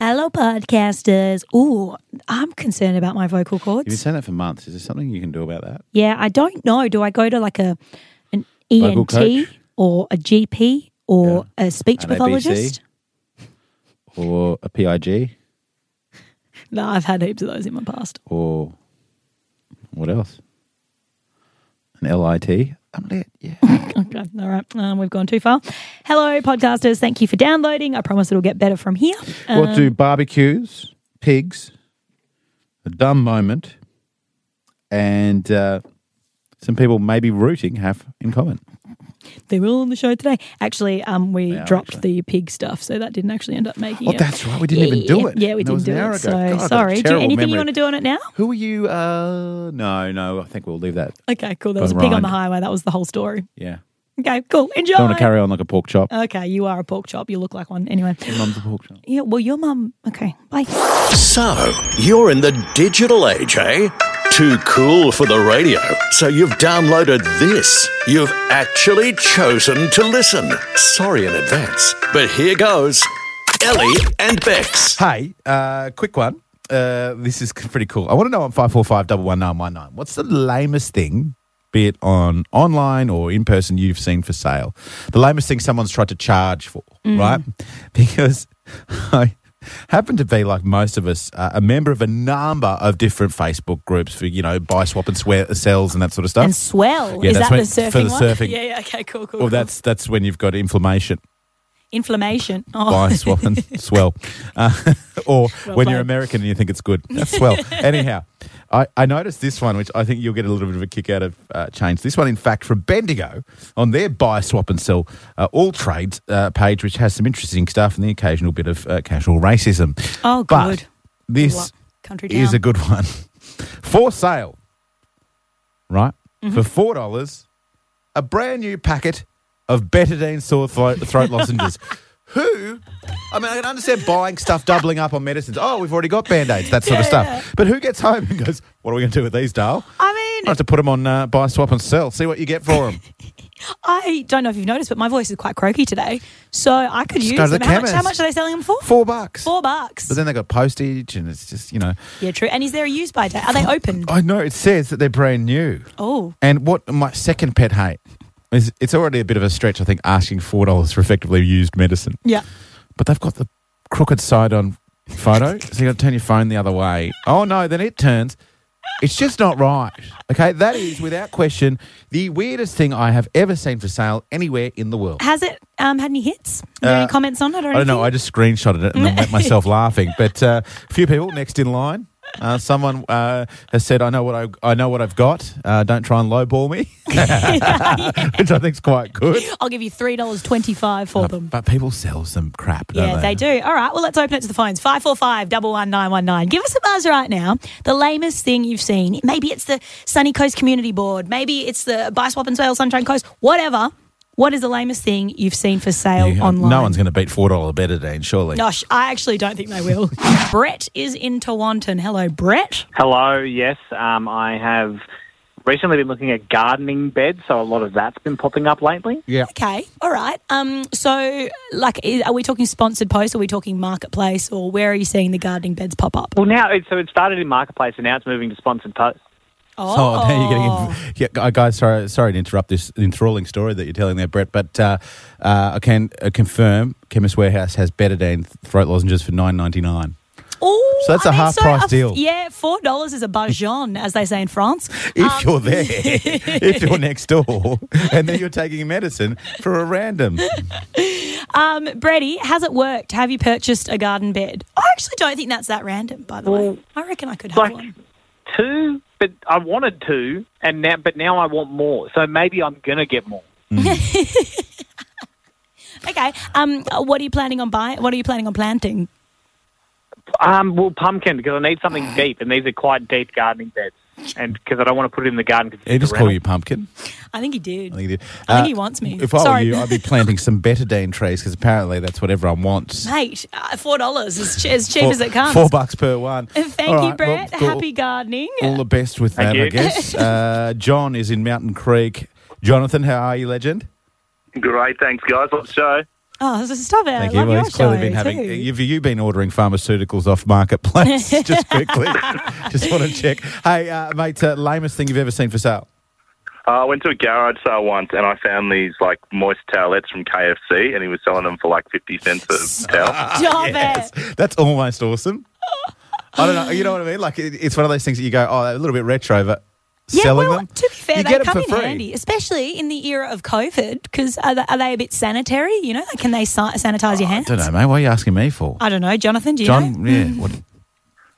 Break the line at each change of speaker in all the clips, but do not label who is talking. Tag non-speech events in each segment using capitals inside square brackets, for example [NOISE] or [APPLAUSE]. fellow podcasters. Ooh, I'm concerned about my vocal
You've been
cords.
saying that for months. Is there something you can do about that?
Yeah, I don't know. Do I go to like a an
Vocal
ENT
coach?
or a GP or a speech
An ABC?
pathologist?
Or a PIG?
No, I've had heaps of those in my past.
Or what else? An LIT? I'm lit.
[LAUGHS]
Yeah.
Okay, all right, um, we've gone too far. Hello, podcasters. Thank you for downloading. I promise it'll get better from here.
what do barbecues, pigs, a dumb moment, and uh, some people maybe rooting have in common?
They were all on the show today. Actually, um, we
Yeah,
dropped the pig stuff, so that didn't actually end up making
Oh,
it.
that's right. We didn't even do it.
Yeah, we
That was
didn't do it.
an hour ago.
So
God, I've got a
sorry. Do you,
terrible
anything you
memory.
want to do on it now?
Who are you? Uh, no, no. I think we'll leave that.
Okay, cool. That was a pig on the highway. That was the whole story.
Yeah.
Okay, cool. Enjoy.
Don't want to carry on like a pork chop.
okay, you are a pork chop. You look like one. Anyway.
Mum's a pork chop.
Yeah, well, your mum. Okay, bye.
So, you're in the digital age, eh? Too cool for the radio. So, you've downloaded this. You've actually chosen to listen. Sorry in advance. But here goes Ellie and Bex.
Hey, uh, quick one. Uh, this is pretty cool. I want to know on five four five double one nine one nine. What's the lamest thing, be it on online or in person, you've seen for sale? The lamest thing someone's tried to charge for, right? [LAUGHS] Because I happen to be like most of us, uh, a member of a number of different Facebook groups for you know buy, swap, and swear uh, sells and that sort of stuff.
And swell.
Yeah,
Is that
that's
the
when-
surfing
for the
one?
surfing.
Yeah, yeah, okay, cool, cool.
well,
cool.
that's that's when you've got inflammation. [LAUGHS]
inflammation. Oh,
buy
[LAUGHS]
swap and swell. Uh, [LAUGHS] or
Well
when you're
played.
American and you think it's good,
[LAUGHS]
that's swell. Anyhow, I, I noticed this one, which I think you'll get a little bit of a kick out of uh, change. This one, in fact, from Bendigo on their buy, swap, and sell uh, all trades uh, page, which has some interesting stuff and the occasional bit of uh, casual racism.
Oh,
But
good.
this
Lo- country
is
town.
a good one. [LAUGHS] For sale, right?
Mm-hmm.
For $4, a brand new packet of betadine sore throat,
[LAUGHS]
throat lozenges. Who, I mean, I can understand buying stuff, doubling up on medicines. Oh, we've already got band aids, that sort of
Yeah,
stuff.
yeah.
But who gets home and goes, What are we going to do with these, Dale?
I
I
mean,
have to put them on uh, buy, swap, and sell. See what you get
[LAUGHS]
for them.
I don't know if you've noticed, but my voice is quite croaky today. So I could
Just
use
go to the
them. How much,
chemist.
how much are they selling them for?
Four bucks.
Four bucks.
But then they got postage, and it's just, you know.
yeah, true. And is there a use by date? Are they open?
I know it says that they're brand new.
Oh,
And what my second pet hate is it's already a bit of a stretch, I think, asking four dollars for effectively used medicine.
yeah.
But they've got the crooked side on photo. so you gotta turn your phone the other way. Oh no, then it turns. It's just not right. Okay, that is without question the weirdest thing I have ever seen for sale anywhere in the world.
Has it um, had any hits? Are there
Uh,
any comments on it? Or
I don't know. I
anything?
just screenshotted it and then
[LAUGHS]
let myself laughing. But uh, a few people next in line. Uh, someone uh, has said, "I know what I, I know what I've got. Uh, don't try and
[LAUGHS]
lowball me," [LAUGHS] which I think's quite good.
I'll give you three dollars twenty-five for them.
But people sell some crap. Don't
Yeah, they do. All right, well, let's open it to the phones. 545 11919. Give us a buzz right now. The lamest thing you've seen. Maybe it's the Sunny Coast Community Board. Maybe it's the Buy Swap and Sale Sunshine Coast. Whatever. What is the lamest thing you've seen for sale
You-
online?
No one's going to beat four dollar betadine, surely.
Gosh, I actually don't think they will. [LAUGHS] Brett is in Tawantin. Hello, Brett.
Hello, yes. Um, I have recently been looking at gardening beds, so a lot of that's been popping up lately.
Yeah.
Okay, all right. Um, so, like, i- are we talking sponsored posts? Are we talking marketplace? Or where are you seeing the gardening beds pop up?
Well, now, it, so it started in Marketplace and now it's moving to Sponsored Post.
Oh,
Oh, now you're getting. Yeah, gu- guys, sorry, sorry to interrupt this enthralling story that you're telling there, Brett. But uh, uh, I can uh, confirm, Chemist Warehouse has betadine throat lozenges for nine ninety nine.
Oh,
So that's a half price deal.
Yeah, four dollars is a bajon, as they say in France.
If
[LAUGHS]
you're there, if you're next door, and then you're taking medicine for a random.
Um, Brady, has it worked? Have you purchased a garden bed? I actually don't think that's that random. By the way, I reckon I could have
Like
one.
two, but I wanted two, and now, but now I want more. So maybe I'm going to get more.
Okay. Um, uh, what are you planning on buying? What are you planning on planting?
Um, well, pumpkin, because I need something deep, and these are quite deep gardening beds. And because I don't want to put it in the garden. Cause it's
They just
a
call
rental.
you pumpkin.
I think he did.
I think, he did.
I think he wants me.
Uh, If I were
Sorry.
you, I'd be planting some betadine trees because apparently that's what everyone wants.
Mate, uh, four dollars is ch- as cheap
Four-
as it comes.
Four bucks per
[LAUGHS]
one.
Thank
All
you,
right, well,
Brett.
all-
Happy gardening.
All the best with that,
Thank
I [LAUGHS]
you.
guess. Uh, John is in Mountain Creek. Jonathan, how are you, legend?
Great, thanks, guys. Let's show.
Oh, so stop it.
Thank
I
you.
love
Well,
your
he's clearly
show
been having.
too.
Have you been ordering pharmaceuticals
[LAUGHS]
off marketplace? [LAUGHS] just quickly, just want to check. Hey, uh, mate, uh, lamest thing you've ever seen for sale?
Uh, I went to a garage sale once and I found these like moist towelettes from KFC and he was selling them for like 50 cents a towel.
Stop
[LAUGHS] Yes.
it.
That's almost awesome. I don't know. You know what I mean? Like it, it's one of those things that you go, oh, a little bit retro, but
Yeah,
selling
well,
them.
to be fair,
you
they
get 'em
come in
for free.
handy, especially in the era of COVID, because are, they- are they a bit sanitary? You know, like, can they sa- sanitize your hands?
Oh, I don't know, mate. What are you asking me for?
I don't know, Jonathan. Do Uh, you know? mm,
John, yeah, what,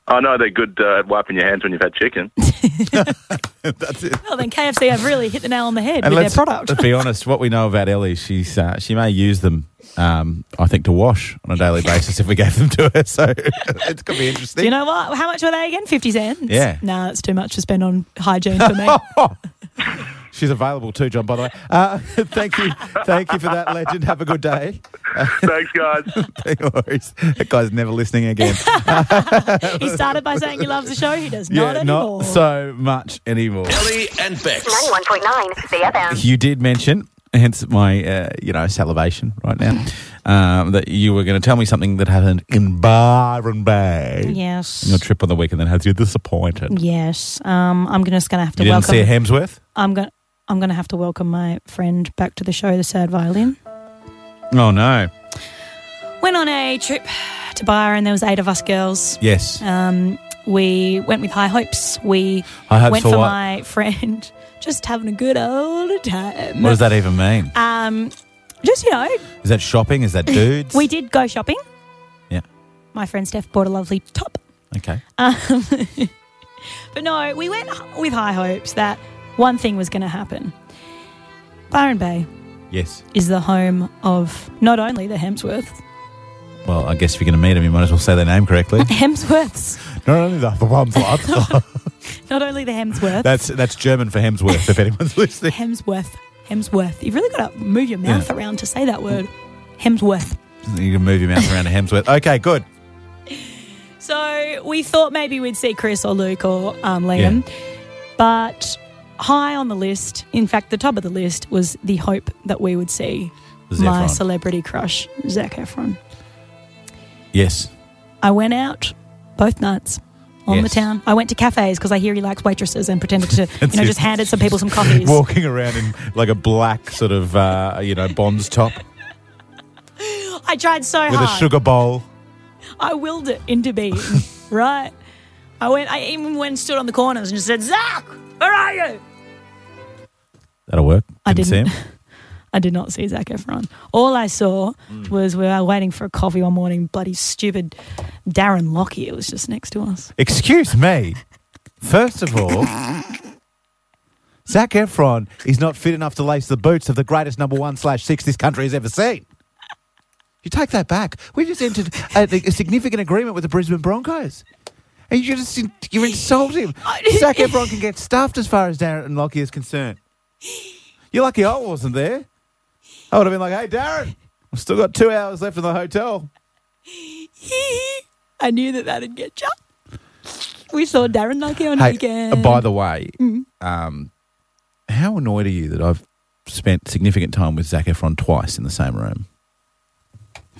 I know they're good uh, at wiping your hands when you've had chicken.
that's it.
Well, then KFC have really hit the nail on the head
And
with
let's,
their
[LAUGHS]
product.
let's be honest. What we know about Ellie, she's uh, she may use them. Um, I think to wash on a daily basis if we gave them to her. [LAUGHS] So it's gonna be interesting.
Do you know what? How much were they again? 50 cents?
Yeah.
No, that's too much to spend on hygiene for
[LAUGHS]
me.
She's available too, John. By the way, uh, [LAUGHS] thank you, thank you for that, legend. Have a good day. [LAUGHS]
Thanks, guys.
No worries. That guy's never listening again.
he started by saying he loves the show. He does not
yeah,
anymore.
not so much anymore.
Ellie and Bex.
91.9 CFM.
You did mention, hence my uh, you know salivation right now, um, that you were going to tell me something that happened in Byron Bay.
yes.
Your trip on the weekend that has you disappointed.
Yes. Um, I'm gonna- just going to have to
You didn't
welcome.
see a Hemsworth?
I'm going. I'm going to have to welcome my friend back to the show, the sad violin.
Oh no.
Went on a trip to Byron. There was eight of us girls.
Yes.
Um, we went with high hopes. We
High hopes
went
for
for
what?
my friend, [LAUGHS] just having a good old time.
what does that even mean?
Um, just you know,
Is that
[LAUGHS]
shopping? Is that dudes?
we did go shopping.
Yeah.
My friend Steph bought a lovely top.
Okay.
Um, but no, we went with high hopes that one thing was going to happen. Byron Bay
Yes.
is the home of not only the Hemsworths, [LAUGHS]
Well, I guess if you're going to meet him, you might as well say their name
[LAUGHS]
correctly.
Hemsworths,
Not only that, the one's
[LAUGHS]
like,
not only the Hemsworths,
that's that's German for Hemsworth. If anyone's [LAUGHS] listening,
Hemsworth, Hemsworth. You've really got to move your mouth
Yeah.
around to say that word, Hemsworth.
you can move your mouth around to Hemsworth. Okay, good.
So we thought maybe we'd see Chris or Luke or um, Liam, but high on the list, in fact, the top of the list was the hope that we would see
Zac
my
Efron.
celebrity crush, Zach Efron.
Yes.
I went out both nights on the
Yes.
town. I went to cafes because I hear he likes waitresses and pretended to, you
[LAUGHS] That's
know,
it.
just handed some people some coffees.
Walking around in like a black sort of uh, you know Bonds top
I tried so
with a
hard.
sugar bowl.
I willed it into
[LAUGHS]
being, right? I went. I even went and stood on the corners and just said, "Zach, where are you?"
That'll work.
I didn't.
see him.
I did not see Zac Efron. All I saw
Mm.
was we were waiting for a coffee one morning. Bloody stupid Darren Lockyer was just next to
[LAUGHS]
us.
Excuse me. First of all, Zach Efron is not fit enough to lace the boots of the greatest number one slash six this country has ever seen. You take that back. We just entered a, a significant agreement with the Brisbane Broncos. And you just you're insulting him. Zach Efron can get stuffed as far as Darren Lockie is concerned. You're lucky I wasn't there. I would have been like, hey Darren, I've still got two hours left in the hotel.
I knew that that'd get you. We saw Darren Lockyer on
Hey,
weekend.
uh, by the way, um, how annoyed are you that I've spent significant time with Zach Efron twice in the same room?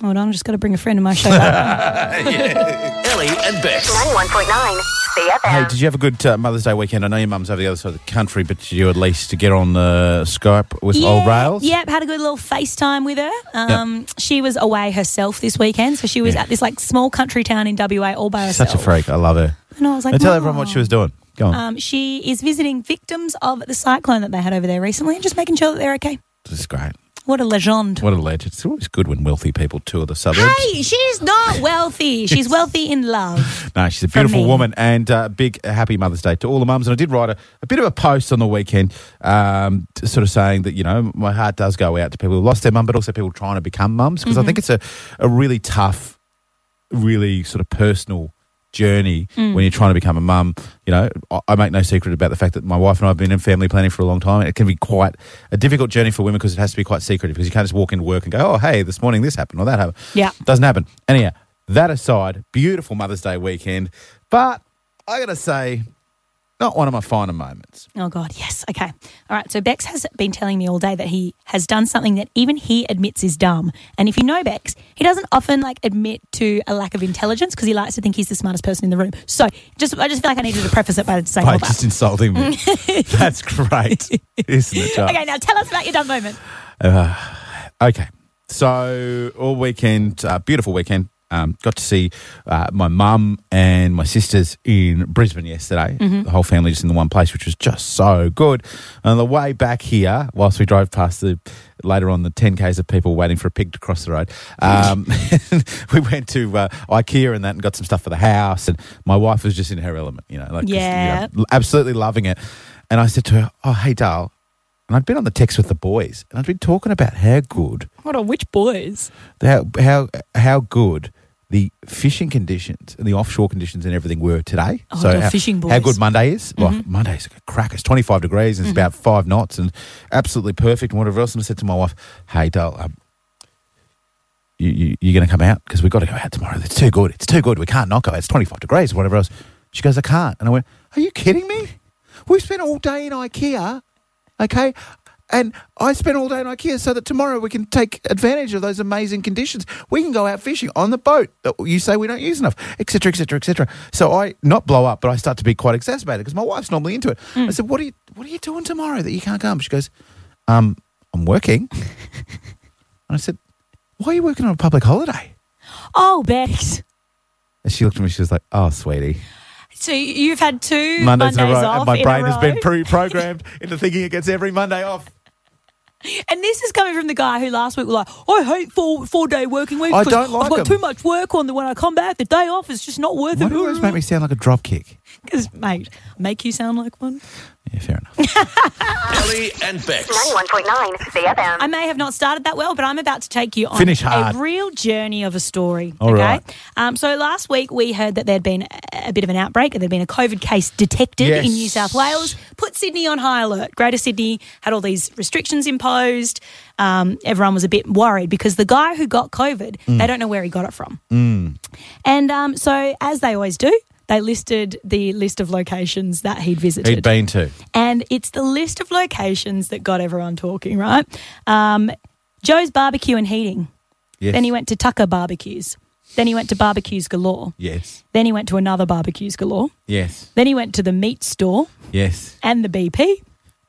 Hold on, I'm just got to bring a friend of my
[LAUGHS]
show back.
Ellie and Bex.
91.9
Hey,
CFM.
did you have a good uh, Mother's Day weekend? I know your mum's over the other side of the country, but did you at least get on the Skype with
Yeah,
old rails?
Yep, had a good little FaceTime with her. Um, She was away herself this weekend, so she was
Yeah.
at this like small country town in WA all by herself.
Such a freak. I love her.
And I was like,
now tell everyone what she
"Wow."
was doing. Go on.
Um, she is visiting victims of the cyclone that they had over there recently and just making sure that they're okay.
this is great.
What a legend.
What a legend. It's always good when wealthy people tour the suburbs.
Hey, she's not wealthy. She's wealthy in love.
No, she's a beautiful
me.
woman and uh, big uh, happy Mother's Day to all the mums. And I did write a, a bit of a post on the weekend, um, t- sort of saying that, you know, my heart does go out to people who lost their mum, but also people trying to become mums, because I think it's a, a really tough, really sort of personal journey
Mm.
when you're trying to become a mum. You know, I, I make no secret about the fact that my wife and I have been in family planning for a long time. It can be quite a difficult journey for women because it has to be quite secretive because you can't just walk into work and go, oh, hey, this morning this happened or that happened.
Yeah.
Doesn't happen. Anyhow, that aside, beautiful Mother's Day weekend. But I got to say, Not one of my finer moments.
Oh, God. Yes. Okay. All right. So Bex has been telling me all day that he has done something that even he admits is dumb. And if you know Bex, he doesn't often like admit to a lack of intelligence because he likes to think he's the smartest person in the room. So just, I just feel like I needed to preface it by saying
By
all that.
just
[LAUGHS]
insulting me. That's great, isn't it? Charles?
Okay. Now tell us about your dumb moment.
Okay. So all weekend, uh, beautiful weekend. Um, got to see uh, my mum and my sisters in Brisbane yesterday. The whole family just in the one place, which was just so good. And on the way back here, whilst we drove past the later on the ten k's of people waiting for a pig to cross the road, um, [LAUGHS] we went to uh, IKEA and that, and got some stuff for the house. And my wife was just in her element, you know, like just, you
Yeah.
know, absolutely loving it. And I said to her, "Oh, hey, Dale." And I'd been on the text with the boys, and I'd been talking about how good
What a which boys?
how how how good the fishing conditions and the offshore conditions and everything were today.
Oh, the
how,
fishing
how
boys. Mm-hmm.
good Monday is. Well, Monday's a crack. It's twenty five degrees and it's about five knots and absolutely perfect and whatever else. And I said to my wife, "Hey, Dale, um, you, you you're going to come out because we've got to go out tomorrow. It's too good. It's too good. We can't not go. out. It's twenty five degrees. Whatever else." She goes, "I can't." And I went, "Are you kidding me? We spent all day in IKEA." okay? And I spent all day in IKEA so that tomorrow we can take advantage of those amazing conditions. We can go out fishing on the boat that you say we don't use enough, et cetera, et cetera, et cetera. So I not blow up, but I start to be quite exacerbated because my wife's normally into it. I said, "What are you What are you doing tomorrow that you can't come?" She goes, "Um, I'm working." and I said, "Why are you working on a public holiday?"
Oh, Bex.
And she looked at me. She was like,
[LAUGHS]
"Oh, sweetie."
So you've had two
Mondays,
Mondays,
in a row,
off.
and my
in a
brain has
row.
been
[LAUGHS]
pre-programmed into thinking it gets every Monday off.
And this is coming from the guy who last week was like, I hate four four day working weeks.
I
'cause
don't like
I've got
'em."
too much work on the when I come back. The day off is just not worth
Why
it.
do you always make me sound like a dropkick?
[LAUGHS] 'Cause, mate, make you sound like one.
Yeah, fair enough.
[LAUGHS]
Ellie and Bex.
91.9 CFM.
I may have not started that well, but I'm about to take you on
Finish hard.
a real journey of a story.
All
okay.
right.
Um, so last week we heard that there'd been a a bit of an outbreak. There'd been a COVID case detected
Yes.
in New South Wales. Put Sydney on high alert. Greater Sydney had all these restrictions imposed. Um, everyone was a bit worried because the guy who got COVID,
Mm.
they don't know where he got it from. And um, so, as they always do, they listed the list of locations that he'd visited
He'd been to.
and it's the list of locations that got everyone talking, right? Um, Joe's Barbecue and Heating.
Yes.
Then he went to Tucker Barbecues. Then he went to Barbecues Galore.
Yes.
Then he went to another Barbecues Galore.
Yes.
Then he went to the meat store
Yes.
and the BP,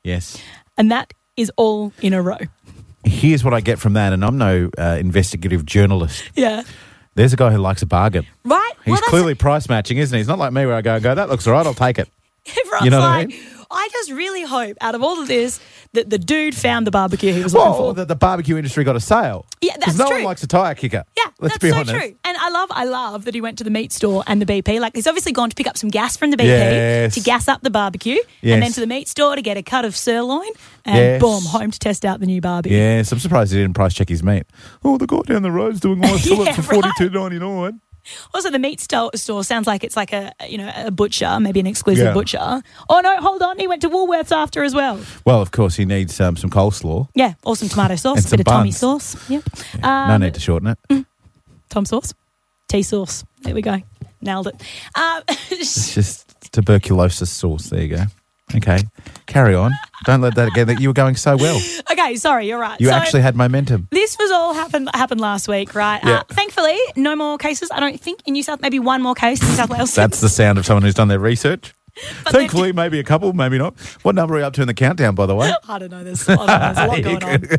Yes.
and that is all in a row. [LAUGHS]
Here's what I get from that, and I'm no uh, investigative journalist.
Yeah.
There's a guy who likes a bargain.
Right?
He's
that's-
clearly price matching, isn't he? He's not like me where I go and go, that looks all right, I'll take it.
[LAUGHS] everyone's
you know what I
like,
mean?
I just really hope out of all of this that the dude found the barbecue he was looking
Well,
for.
the, the barbecue industry got a sale.
Yeah,
'Cause
that's
no one
true.
likes a tire kicker.
Yeah,
Let's
that's
be
so
honest.
true. And I love, I love that he went to the meat store and the BP. Like he's obviously gone to pick up some gas from the BP
Yes.
to gas up the barbecue,
Yes.
and then to the meat store to get a cut of sirloin, and
Yes.
boom, home to test out the new barbie.
Yes, I'm surprised he didn't price check his meat. Oh, the guy down the road's doing my fillet
[LAUGHS] Yeah,
for
right.
forty two ninety nine.
Also, the meat sto- store sounds like it's like a you know a butcher, maybe an exclusive
Yeah.
butcher. Oh no, hold on, he went to Woolworths after as well.
Well, of course he needs um, some coleslaw.
Yeah, or some tomato sauce,
And some
bit of Tommy
buns.
sauce. Yep,
no
Um,
need to shorten it.
Tom sauce, tea sauce. There we go, nailed it. Um,
It's just tuberculosis sauce. There you go. Okay, carry on. Don't let that get that you were going so well.
[LAUGHS] okay, sorry, you're right.
You
So-
actually had momentum.
This was all happened happened last week, right?
Yeah.
Uh, thankfully, no more cases. I don't think in New South. Maybe one more case in New South Wales.
That's the sound of someone who's done their research.
But they've-
Thankfully, maybe a couple, maybe not. What number are you up to in the countdown, by
[GASPS]
the way?
[LAUGHS] I don't know. There's a lot, there's a lot going on.
[LAUGHS]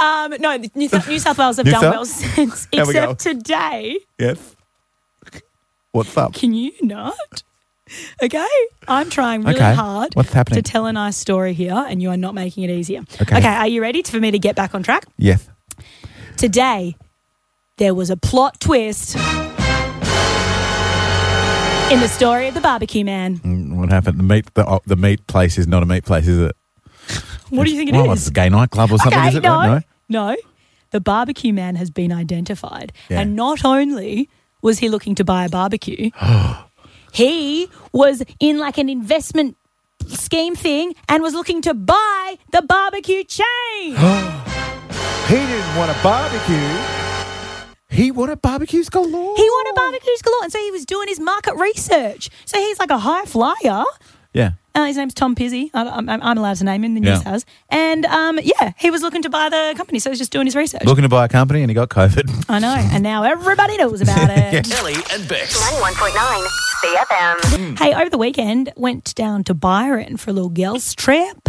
Um, no, New South, New South Wales have
New
done
South?
well [LAUGHS] since,
There we go.
except today.
yes. What's up?
Can you not? Okay, I'm trying really
Okay.
hard
What's happening?
to tell a nice story here, and you are not making it easier.
Okay.
okay, are you ready for me to get back on track?
Yes.
Today, there was a plot twist in the story of the barbecue man.
Mm, What happened? The meat, the, oh, the meat place is not a meat place, is it?
What do you think it is?
well, it's a gay nightclub or something,
okay,
is it?
no,
Right? No.
no, The barbecue man has been identified,
Yeah.
and not only was he looking to buy a
[GASPS]
barbecue, he was in like an investment scheme thing and was looking to buy the
[GASPS]
barbecue chain.
He didn't want a barbecue. He wanted barbecues galore.
He wanted barbecues galore, and so he was doing his market research. So he's like a high flyer.
Yeah.
Uh, his name's Tom Pizzi. I, I'm, I'm allowed to name him. The news
Yeah.
has, and um, yeah, he was looking to buy the company, so he's just doing his research.
Looking to buy a company and he got COVID. [LAUGHS]
I know, and now everybody knows about it.
Ellie and Bex.
91.9 CFM.
Hey, over the weekend, went down to Byron for a little girls' trip.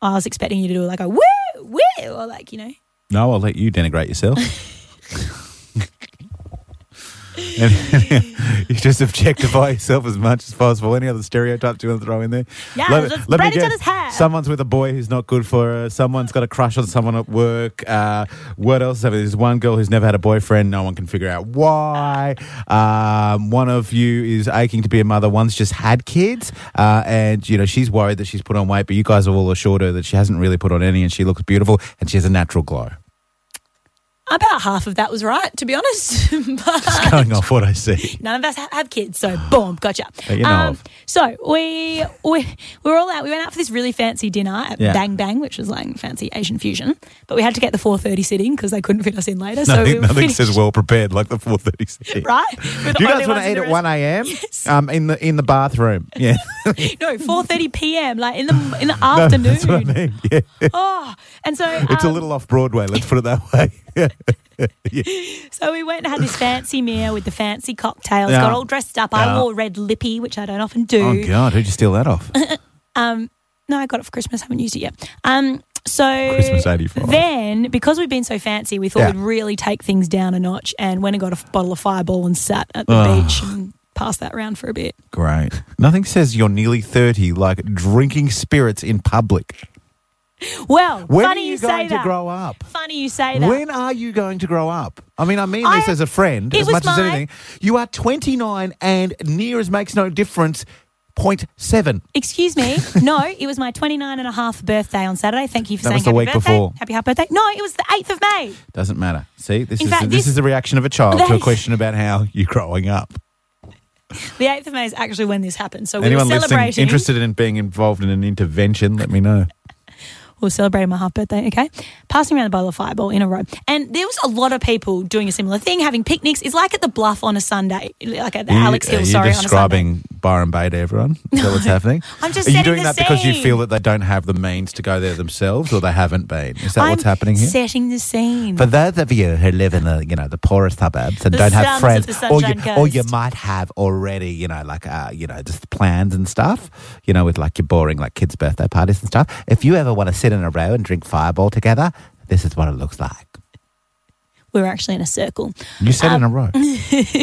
I was expecting you to do like a woo, woo, or like, you know.
No, I'll let you
[LAUGHS]
denigrate yourself. And- you just objectify yourself as much as possible. Any other stereotypes you want to throw in there?
Yeah, let's spread each other's hair.
Someone's with a boy who's not good for her. Someone's got a crush on someone at work. Uh, what else? There's one girl who's never had a boyfriend. No one can figure out why. Um, one of you is aching to be a mother. One's just had kids, uh, and you know she's worried that she's put on weight. But you guys have all assured her that she hasn't really put on any, and she looks beautiful and she has a natural glow.
About half of that was right, to be honest. [LAUGHS] but
going off what
[LAUGHS]
I see.
none of us ha- have kids,
[SIGHS]
so boom, gotcha. Um,
That you know of.
so we, we we were all out. We went out for this really fancy dinner at
Yeah.
Bang Bang, which was like fancy Asian fusion. But we had to get the 4.30 sitting because they couldn't fit us in later. so we
Nothing,
were
nothing
finished,
says well prepared like the
[LAUGHS]
436. [LAUGHS]
right? We're the
Do you
only ones
guys want to
in
eat
the
at
rest-
1 a.m.? Um, in the in the bathroom.
[LAUGHS]
Yeah. [LAUGHS]
No, 4.30 p.m., like in the, in the afternoon.
That's what I mean. Yeah.
Oh, and so
It's a
um,
little off Broadway, let's put it that
[LAUGHS]
way.
So we went and
[LAUGHS]
had this fancy meal with the fancy cocktails,
Yeah.
got all dressed up.
Yeah.
I wore red lippy, which I don't often do.
oh, God, who'd you steal
[LAUGHS]
that off?
No, I got it for Christmas, haven't used it yet. Um, so
Christmas 85.
then, because we've been so fancy, we thought
Yeah.
we'd really take things down a notch and went and got a f- bottle of fireball and sat at the
Oh.
beach and passed that round for a bit.
Great. Nothing says you're nearly 30 like drinking spirits in public.
Well,
When
funny
are
you,
you,
say
going
that.
to grow up?
Funny you say that.
When are you going to grow up? I mean, I mean
I-
this as a friend,
it
as
was
much as
my-
anything. You are 29 and near as makes no difference, 0.7.
Excuse
[LAUGHS]
me. No, it was my 29 and a half birthday on Saturday. Thank you for
That
saying
was the
happy
week
birthday.
before.
Happy happy birthday. No, it was the 8th of May.
Doesn't matter. See, this
In
is
fact,
this,
this-
is the reaction of a child to a
That is-
question about how you're growing up.
The 8th of May is actually when this happened. So [LAUGHS] we
Anyone
were
listening
celebrating.
interested in being involved in an intervention, let me know.
We were celebrating my half birthday, okay? Passing around a bottle of fireball in a row. And there was a lot of people doing a similar thing, having picnics. It's like at the Bluff on a Sunday, like at the Alex Hill,
are you uh,
sorry, on a Sunday.
describing Byron Bay to everyone?
[LAUGHS]
Is that what's happening?
I'm just
Are you
setting
doing
the
that because you
scene.
feel that they don't have the means to go there themselves, or they haven't been? Is that
I'm
what's happening here?
Setting the scene.
For those of you who live in the you know the poorest suburbs and
The
don't
slums
have friends,
of the
or you
Sunshine
or you
Coast.
might have already you know like uh, you know just plans and stuff, you know with like your boring like kids' birthday parties and stuff. If you ever want to sit in a row and drink Fireball together, this is what it looks like.
we were actually in a circle.
You sit
Um,
in
[LAUGHS]
a row.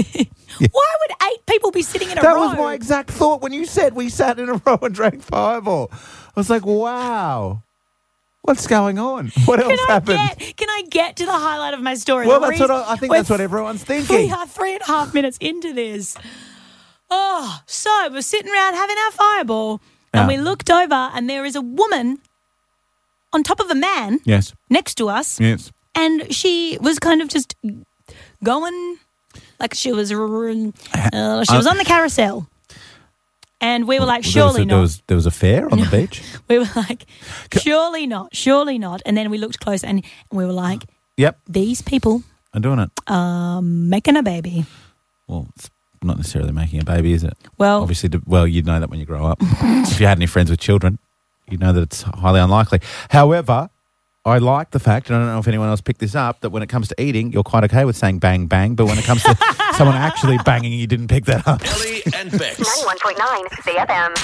Why would eight people be sitting in a
That
row?
was my exact thought when you said we sat in a row and drank Fireball. I was like, wow, what's going on? What
can
else
I
happened?
get? Can I get to the highlight of my story?
well,
The
that's what
reason-
I, I think.
we're
That's what everyone's
We
thinking.
are three and a half minutes into this. Oh, so we're sitting around having our fireball, and we
Yeah.
looked over, and there is a woman on top of a man
Yes,
next to us,
yes.
and she was kind of just going like she was uh, she was on the carousel, and we were like, surely
There
not.
was, there was a fair on the
[LAUGHS]
beach.
We were like, surely not, surely not. And then we looked close, and we were like,
Yep,
these people
I'm doing it.
Uh, making a baby.
Well, it's not necessarily making a baby, is it?
Well-
obviously, d- well, you'd know that when you grow up. if you had any friends with children, you'd know that it's highly unlikely. However, I like the fact, and I don't know if anyone else picked this up, that when it comes to eating, you're quite okay with saying bang, bang, but when it
[LAUGHS]
comes to someone actually banging, you didn't pick that up.
Ellie and Bex.
91.9 CFM.